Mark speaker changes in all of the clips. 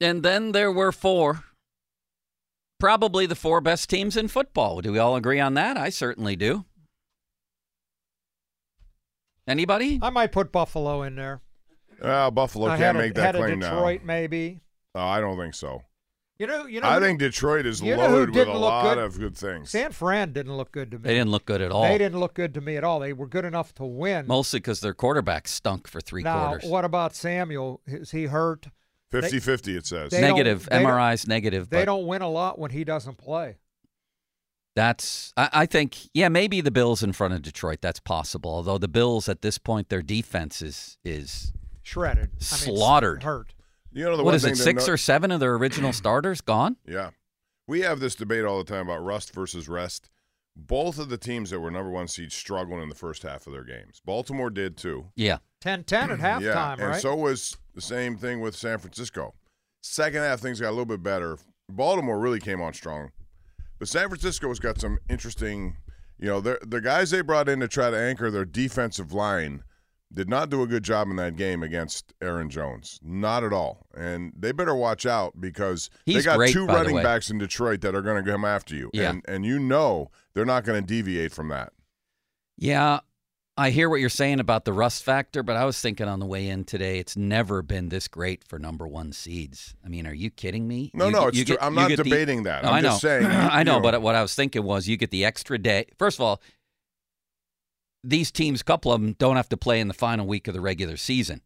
Speaker 1: And then there were four. Probably the four best teams in football. Do we all agree on that? I certainly do. Anybody?
Speaker 2: I might put Buffalo in there.
Speaker 3: Well, Ah, Buffalo
Speaker 2: I had
Speaker 3: can't
Speaker 2: a-
Speaker 3: make
Speaker 2: had
Speaker 3: that
Speaker 2: a
Speaker 3: claim
Speaker 2: Detroit, maybe.
Speaker 3: now. Uh, I don't think so.
Speaker 2: You know, you know.
Speaker 3: I
Speaker 2: who-
Speaker 3: think Detroit is
Speaker 2: you know who
Speaker 3: loaded with
Speaker 2: didn't
Speaker 3: a
Speaker 2: look
Speaker 3: lot
Speaker 2: good?
Speaker 3: of good things.
Speaker 2: San Fran didn't look good to me.
Speaker 1: They didn't look good at all.
Speaker 2: They didn't look good to me at all. They were good enough to win.
Speaker 1: Mostly because their quarterback stunk for three
Speaker 2: now,
Speaker 1: quarters.
Speaker 2: what about Samuel? Is he hurt?
Speaker 3: 50-50, it says.
Speaker 2: they don't-
Speaker 1: negative.
Speaker 2: they don't-
Speaker 1: MRI's negative.
Speaker 2: They
Speaker 1: but
Speaker 2: don't win a lot when he doesn't play.
Speaker 1: That's, I, I think, yeah, maybe the Bills in front of Detroit. That's possible. Although the Bills at this point, their defense is, is
Speaker 2: Shredded. I mean,
Speaker 1: Slaughtered.
Speaker 2: Hurt.
Speaker 3: You know
Speaker 1: what
Speaker 3: the one
Speaker 1: is
Speaker 3: thing
Speaker 1: it,
Speaker 3: to
Speaker 1: six
Speaker 3: no-
Speaker 1: or seven of their original starters gone?
Speaker 3: Yeah. We have this debate all the time about rust versus rest. Both of the teams that were number one seeds struggling in the first half of their games. Baltimore did too.
Speaker 1: Yeah.
Speaker 2: 10 10 at halftime,
Speaker 3: yeah, and
Speaker 2: right?
Speaker 3: so was the same thing with San Francisco. Second half, things got a little bit better. Baltimore really came on strong, but San Francisco's got some interesting. You know, the the guys they brought in to try to anchor their defensive line did not do a good job in that game against Aaron Jones. Not at all. And they better watch out because they
Speaker 1: He's
Speaker 3: got
Speaker 1: great,
Speaker 3: two
Speaker 1: by the
Speaker 3: running
Speaker 1: way.
Speaker 3: backs in Detroit that are going to come after you.
Speaker 1: Yeah.
Speaker 3: And and you know they're not going to deviate from that.
Speaker 1: Yeah, I hear what you're saying about the rust factor, but I was thinking on the way in today, it's never been this great for number one seeds. I mean, are you kidding me?
Speaker 3: No,
Speaker 1: You
Speaker 3: no,
Speaker 1: get-
Speaker 3: it's
Speaker 1: you
Speaker 3: true.
Speaker 1: get-
Speaker 3: I'm
Speaker 1: you
Speaker 3: not
Speaker 1: get the-
Speaker 3: debating that.
Speaker 1: No,
Speaker 3: I'm
Speaker 1: I know.
Speaker 3: just saying,
Speaker 1: I
Speaker 3: you
Speaker 1: know,
Speaker 3: know.
Speaker 1: but what I was thinking was you get the extra day. First of all, these teams, couple of them, don't have to play in the final week of the regular season.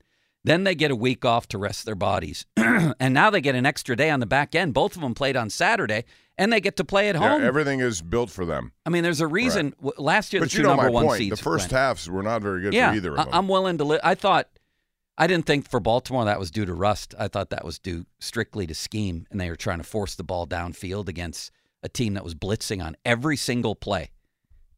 Speaker 1: Then they get a week off to rest their bodies. and now they get an extra day on the back end. Both of them played on Saturday, and they get to play at
Speaker 3: Yeah,
Speaker 1: home.
Speaker 3: everything is built for them.
Speaker 1: I mean, there's a reason. w Last year,
Speaker 3: But
Speaker 1: the
Speaker 3: you
Speaker 1: two
Speaker 3: know
Speaker 1: number
Speaker 3: my
Speaker 1: one
Speaker 3: point. The
Speaker 1: seeds
Speaker 3: first
Speaker 1: went.
Speaker 3: halves were not very good
Speaker 1: yeah,
Speaker 3: for either of
Speaker 1: I-
Speaker 3: them.
Speaker 1: I'm willing to. Li- I thought I didn't think for Baltimore that was due to rust. I thought that was due strictly to scheme, and they were trying to force the ball downfield against a team that was blitzing on every single play.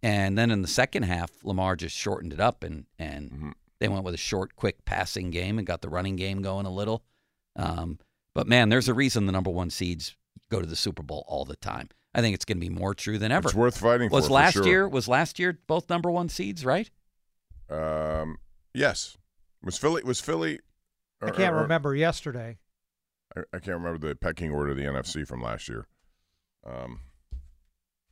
Speaker 1: And then in the second half, Lamar just shortened it up, and and
Speaker 3: Mm-hmm.
Speaker 1: they went with a short, quick passing game and got the running game going a little. Um, but man, there's a reason the number one seeds go to the Super Bowl all the time. I think it's going to be more true than ever.
Speaker 3: It's worth fighting for,
Speaker 1: was
Speaker 3: for
Speaker 1: last
Speaker 3: sure.
Speaker 1: year was last year both number one seeds, right?
Speaker 3: Um, yes. Was Philly? Was Philly?
Speaker 2: I
Speaker 3: or-
Speaker 2: can't
Speaker 3: or-
Speaker 2: remember yesterday.
Speaker 3: I, I can't remember the pecking order of the NFC from last year. Um,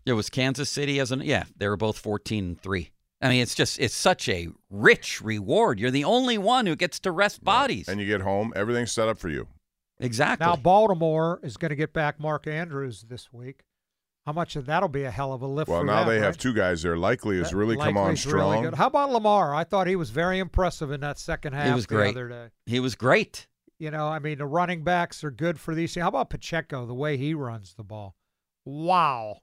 Speaker 1: It was Kansas City as an yeah, they were both 14 and 3. I mean, it's just it's such a rich reward. You're the only one who gets to rest bodies.
Speaker 3: and you get home, everything's set up for you.
Speaker 1: exactly.
Speaker 2: Now, Baltimore is going to get back Mark Andrews this week. How much of that'll be a hell of a lift
Speaker 3: well,
Speaker 2: for
Speaker 3: now
Speaker 2: them,
Speaker 3: they have
Speaker 2: right?
Speaker 3: two guys there. Likely has
Speaker 2: That
Speaker 3: really come on
Speaker 2: Likely's really
Speaker 3: strong.
Speaker 2: good. How about Lamar? I thought he was very impressive in that second half
Speaker 1: was
Speaker 2: the
Speaker 1: great.
Speaker 2: other day.
Speaker 1: he was great.
Speaker 2: You know, I mean, the running backs are good for these. How about Pacheco? The way he runs the ball, wow!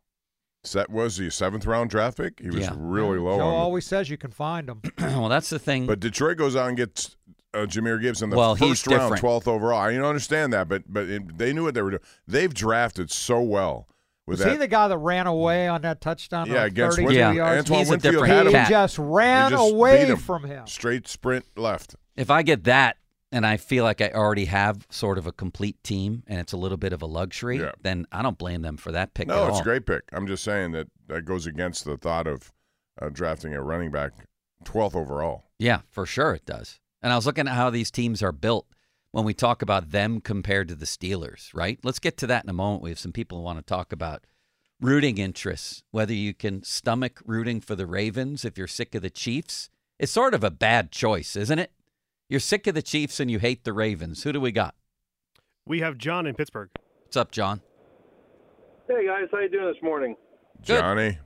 Speaker 3: So that was the seventh round draft pick. He was
Speaker 1: Yeah.
Speaker 3: really low.
Speaker 2: Joe
Speaker 3: on the-
Speaker 2: always says you can find them.
Speaker 1: well, that's the thing.
Speaker 3: But Detroit goes out and gets uh, Jameer Gibson the
Speaker 1: Mm-hmm. Well,
Speaker 3: first
Speaker 1: he's
Speaker 3: round,
Speaker 1: different.
Speaker 3: twelfth overall. I don't understand that, but but it, they knew what they were doing. They've drafted so well with
Speaker 2: Was
Speaker 3: that.
Speaker 2: he the guy that ran away on that touchdown?
Speaker 3: yeah,
Speaker 2: like
Speaker 3: against
Speaker 2: 32
Speaker 3: Winfield.
Speaker 1: Yeah.
Speaker 2: yards.
Speaker 3: Antoine
Speaker 1: He's a
Speaker 3: Winfield
Speaker 1: different
Speaker 3: had
Speaker 2: he
Speaker 3: him.
Speaker 1: cat.
Speaker 2: just ran
Speaker 3: They just beat
Speaker 2: away
Speaker 3: him.
Speaker 2: from him.
Speaker 3: Straight sprint left.
Speaker 1: if I get that and I feel like I already have sort of a complete team and it's a little bit of a luxury,
Speaker 3: Yeah.
Speaker 1: then I don't blame them for that pick
Speaker 3: no,
Speaker 1: at
Speaker 3: it's
Speaker 1: all.
Speaker 3: a great pick. I'm just saying that that goes against the thought of uh, drafting a running back twelfth overall.
Speaker 1: Yeah, for sure it does. And I was looking at how these teams are built when we talk about them compared to the Steelers, right? Let's get to that in a moment. We have some people who want to talk about rooting interests, whether you can stomach rooting for the Ravens if you're sick of the Chiefs. It's sort of a bad choice, isn't it? You're sick of the Chiefs and you hate the Ravens. Who do we got?
Speaker 4: We have John in Pittsburgh.
Speaker 1: What's up, John?
Speaker 5: Hey guys, how you doing this morning?
Speaker 1: Good.
Speaker 3: Johnny,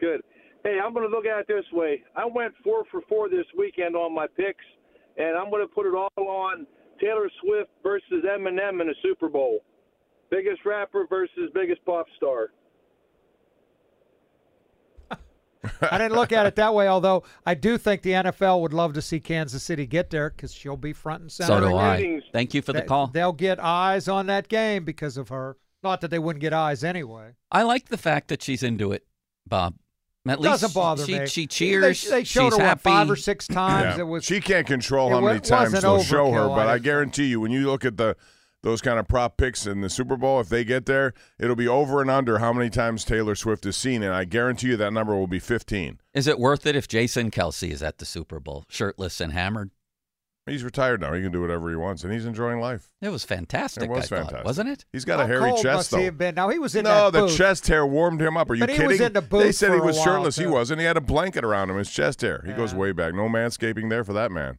Speaker 5: Good. Hey, I'm going to look at it this way. I went four for four this weekend on my picks, and I'm going to put it all on Taylor Swift versus Eminem in the Super Bowl. Biggest rapper versus biggest pop star.
Speaker 2: I didn't look at it that way, although I do think the NFL would love to see Kansas City get there because she'll be front and center.
Speaker 1: So do
Speaker 2: again.
Speaker 1: I.
Speaker 5: Greetings.
Speaker 1: Thank you for the
Speaker 2: They-
Speaker 1: call.
Speaker 2: They'll get eyes on that game because of her. Not that they wouldn't get eyes anyway.
Speaker 1: I like the fact that she's into it, Bob. At least
Speaker 2: Doesn't bother
Speaker 1: she,
Speaker 2: me.
Speaker 1: She cheers.
Speaker 2: They, they showed
Speaker 1: she's
Speaker 2: her what,
Speaker 1: happy.
Speaker 2: five or six times.
Speaker 3: Yeah.
Speaker 2: It was
Speaker 3: she can't control
Speaker 2: it
Speaker 3: how
Speaker 2: wa-
Speaker 3: many times
Speaker 2: wasn't
Speaker 3: they'll show her,
Speaker 2: overkill,
Speaker 3: but
Speaker 2: I
Speaker 3: I
Speaker 2: think.
Speaker 3: guarantee you, when you look at the those kind of prop picks in the Super Bowl, if they get there, it'll be over and under how many times Taylor Swift is seen, and I guarantee you that number will be fifteen.
Speaker 1: Is it worth it if Jason Kelsey is at the Super Bowl, shirtless and hammered?
Speaker 3: He's retired now; he can do whatever he wants, and he's enjoying life.
Speaker 1: It was fantastic.
Speaker 3: It was
Speaker 1: I
Speaker 3: fantastic,
Speaker 1: thought, wasn't it?
Speaker 3: He's got a
Speaker 2: how
Speaker 3: hairy
Speaker 2: cold
Speaker 3: chest
Speaker 2: must
Speaker 3: though.
Speaker 2: He have been? Now he was in
Speaker 3: no,
Speaker 2: that
Speaker 3: the
Speaker 2: booth.
Speaker 3: chest hair warmed him up. Are you
Speaker 2: But he
Speaker 3: kidding?
Speaker 2: was in the
Speaker 3: they
Speaker 2: booth
Speaker 3: said
Speaker 2: for
Speaker 3: he
Speaker 2: a
Speaker 3: was
Speaker 2: while,
Speaker 3: shirtless. He
Speaker 2: too.
Speaker 3: wasn't. He had a blanket around him. His chest hair. He goes
Speaker 2: Yeah.
Speaker 3: way back. No manscaping there for that man.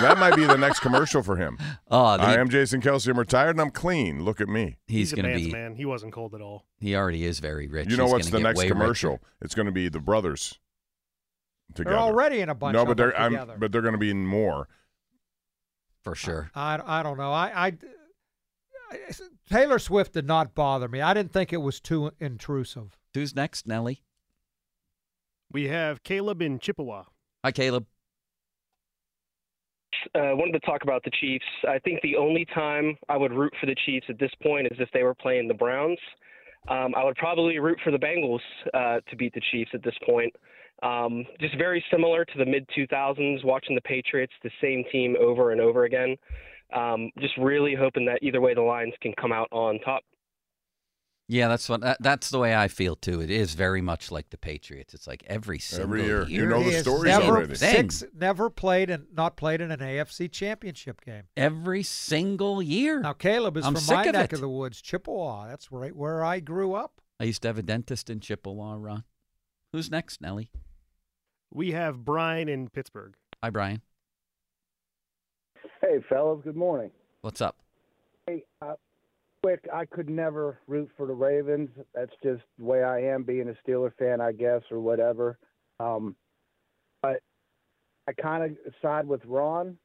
Speaker 3: that might be the next commercial for him.
Speaker 1: Oh,
Speaker 3: I am Jason Kelsey. I'm retired and I'm clean. Look at me.
Speaker 1: he's,
Speaker 4: a
Speaker 1: going to
Speaker 4: man's
Speaker 1: be.
Speaker 4: man. He wasn't cold at all.
Speaker 1: He already is very rich.
Speaker 3: you know
Speaker 1: He's
Speaker 3: what's
Speaker 1: gonna
Speaker 3: the
Speaker 1: get
Speaker 3: next
Speaker 1: way
Speaker 3: commercial?
Speaker 1: richer.
Speaker 3: It's going to be the brothers together.
Speaker 2: They're already in a bunch.
Speaker 3: no,
Speaker 2: of
Speaker 3: but
Speaker 2: them
Speaker 3: they're I'm-
Speaker 2: together.
Speaker 3: but they're going to be in more.
Speaker 1: for sure.
Speaker 2: I, I don't know. I, I Taylor Swift did not bother me. I didn't think it was too intrusive.
Speaker 1: Who's next, Nelly?
Speaker 4: We have Caleb in Chippewa.
Speaker 1: Hi, Caleb.
Speaker 6: uh, wanted to talk about the Chiefs. I think the only time I would root for the Chiefs at this point is if they were playing the Browns. Um, I would probably root for the Bengals uh, to beat the Chiefs at this point. Um, just very similar to the mid 2000s, watching the Patriots, the same team over and over again. Um, just really hoping that either way the Lions can come out on top.
Speaker 1: Yeah, that's what. That, that's the way I feel too. It is very much like the Patriots. It's like every single
Speaker 3: year. You know
Speaker 2: he
Speaker 3: the
Speaker 2: has
Speaker 3: stories
Speaker 2: never,
Speaker 3: already.
Speaker 2: Six never played and not played in an AFC Championship game.
Speaker 1: every single year.
Speaker 4: Oh.
Speaker 2: Now Caleb is
Speaker 1: I'm
Speaker 2: from
Speaker 1: sick
Speaker 2: my
Speaker 1: of it.
Speaker 2: neck of the woods, Chippewa. That's right where I grew up.
Speaker 1: I used to have a dentist in Chippewa, Ron. Who's next, Nelly?
Speaker 4: We have Brian in Pittsburgh.
Speaker 1: Hi, Brian.
Speaker 7: Hey, fellas, good morning.
Speaker 1: What's up?
Speaker 7: Hey, uh, quick, I could never root for the Ravens. That's just the way I am, being a Steeler fan, I guess, or whatever. Um, but I kind of side with Ron.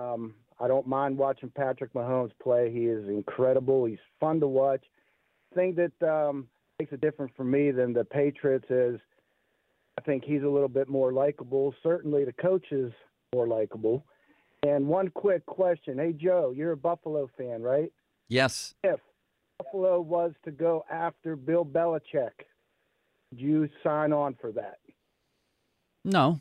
Speaker 7: Um, I don't mind watching Patrick Mahomes play. He is incredible. He's fun to watch. Thing that um, makes it different for me than the Patriots is, I think he's a little bit more likable. Certainly, the coach is more likable. And one quick question. Hey, Joe, you're a Buffalo fan, right?
Speaker 1: Yes.
Speaker 7: If Buffalo was to go after Bill Belichick, would you sign on for that?
Speaker 1: No.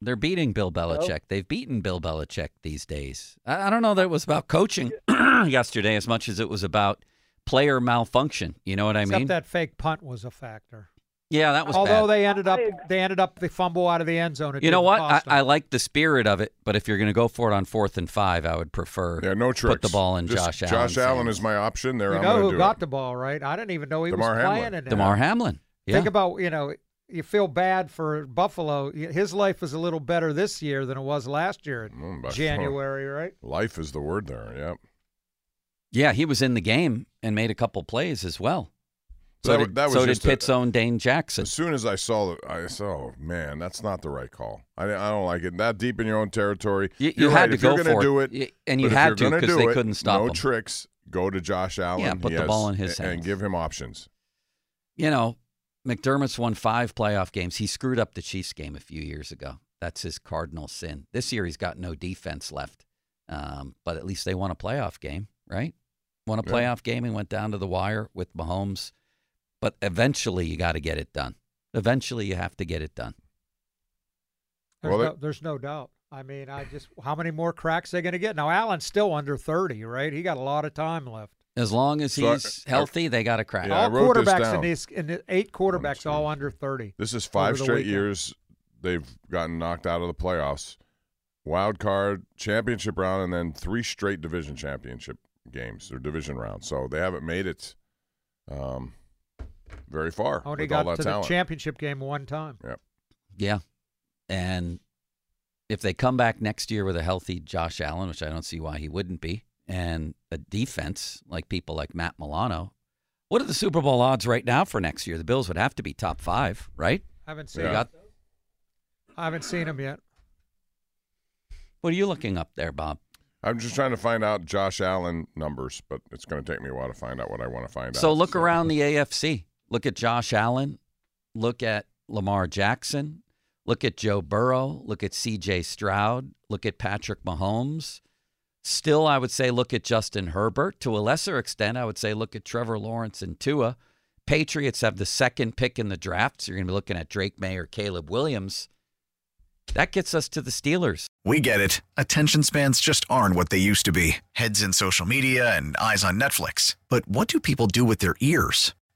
Speaker 1: They're beating Bill Belichick. They've beaten Bill Belichick these days. I, I don't know that it was about coaching yesterday as much as it was about player malfunction. You know what I
Speaker 2: Except
Speaker 1: mean?
Speaker 2: that fake punt was a factor.
Speaker 1: yeah, that was
Speaker 2: Although
Speaker 1: bad.
Speaker 2: they ended up they ended up the fumble out of the end zone. It
Speaker 1: you know
Speaker 2: didn't
Speaker 1: what? I,
Speaker 2: cost
Speaker 1: I
Speaker 2: them.
Speaker 1: like the spirit of it, but if you're going to go for it on fourth and five, I would prefer
Speaker 3: Yeah, no tricks.
Speaker 1: put the ball in
Speaker 3: Just
Speaker 1: Josh Allen.
Speaker 3: Josh Allen is my option there.
Speaker 2: you
Speaker 3: I'm
Speaker 2: know
Speaker 3: gonna
Speaker 2: who
Speaker 3: do
Speaker 2: got
Speaker 3: it.
Speaker 2: the ball right. I didn't even know he
Speaker 3: Damar
Speaker 2: was
Speaker 3: Hamlin.
Speaker 2: playing in that.
Speaker 1: Damar Hamlin. Yeah.
Speaker 2: Think about you know you feel bad for Buffalo. His life is a little better this year than it was last year in
Speaker 3: Mm, but-
Speaker 2: January, right?
Speaker 3: Life is the word there. Yep.
Speaker 1: yeah, he was in the game and made a couple plays as well. So
Speaker 3: That wa-
Speaker 1: did,
Speaker 3: that was
Speaker 1: so did
Speaker 3: just a-
Speaker 1: Pitt's own Dane Jackson.
Speaker 3: As soon as I saw it, I saw, oh, man, that's not the right call. I, I don't like it. That deep in your own territory.
Speaker 1: You,
Speaker 3: You're
Speaker 1: you had
Speaker 3: right.
Speaker 1: to
Speaker 3: if
Speaker 1: go
Speaker 3: you're gonna
Speaker 1: for
Speaker 3: do
Speaker 1: it, Y- and you
Speaker 3: but if
Speaker 1: had to
Speaker 3: you're gonna
Speaker 1: because
Speaker 3: do
Speaker 1: they
Speaker 3: it,
Speaker 1: couldn't stop
Speaker 3: No
Speaker 1: him.
Speaker 3: tricks. Go to Josh Allen.
Speaker 1: put the
Speaker 3: Yes,
Speaker 1: ball in his
Speaker 3: a- and
Speaker 1: hands.
Speaker 3: give him options.
Speaker 1: you know, McDermott's won five playoff games. He screwed up the Chiefs game a few years ago. That's his cardinal sin. This year he's got no defense left, um, but at least they won a playoff game, right? Won a
Speaker 3: Yeah.
Speaker 1: playoff game and went down to the wire with Mahomes. But eventually you got to get it done. Eventually you have to get it done.
Speaker 2: There's,
Speaker 3: Well,
Speaker 2: no,
Speaker 3: it-
Speaker 2: there's no doubt. I mean, I just how many more cracks they going to get now? Allen's still under thirty, right? He got a lot of time left.
Speaker 1: As long as
Speaker 3: So I-
Speaker 1: he's healthy, they got to crack.
Speaker 3: Yeah, I
Speaker 2: all
Speaker 3: wrote this
Speaker 2: quarterbacks in
Speaker 3: down.
Speaker 2: these in the eight quarterbacks
Speaker 3: two,
Speaker 2: all under thirty.
Speaker 3: This is
Speaker 2: over
Speaker 3: five
Speaker 2: the
Speaker 3: straight
Speaker 2: weekend.
Speaker 3: years they've gotten knocked out of the playoffs. Wild card, championship round, and then three straight division championship games or division rounds. So they haven't made it um, very far
Speaker 2: Only
Speaker 3: with
Speaker 2: got
Speaker 3: all
Speaker 2: to
Speaker 3: that
Speaker 2: the
Speaker 3: talent.
Speaker 2: championship game one time.
Speaker 1: Yeah. And if they come back next year with a healthy Josh Allen, which I don't see why he wouldn't be, and a defense like people like Matt Milano, what are the Super Bowl odds right now for next year? The Bills would have to be top five, right?
Speaker 2: I haven't
Speaker 1: So
Speaker 2: seen.
Speaker 3: Yeah.
Speaker 1: you got
Speaker 2: I haven't seen him yet.
Speaker 1: what are you looking up there, Bob?
Speaker 3: I'm just trying to find out Josh Allen numbers, but it's going to take me a while to find out what I want to find out.
Speaker 1: So look around the AFC. Look at Josh Allen. Look at Lamar Jackson. Look at Joe Burrow. Look at CJ Stroud. Look at Patrick Mahomes. Still, I would say look at Justin Herbert. To a lesser extent, I would say look at Trevor Lawrence and Tua. Patriots have the second pick in the draft, so you're going to be looking at Drake May or Caleb Williams. That gets us to the Steelers.
Speaker 8: We get it. Attention spans just aren't what they used to be heads in social media and eyes on Netflix. But what do people do with their ears?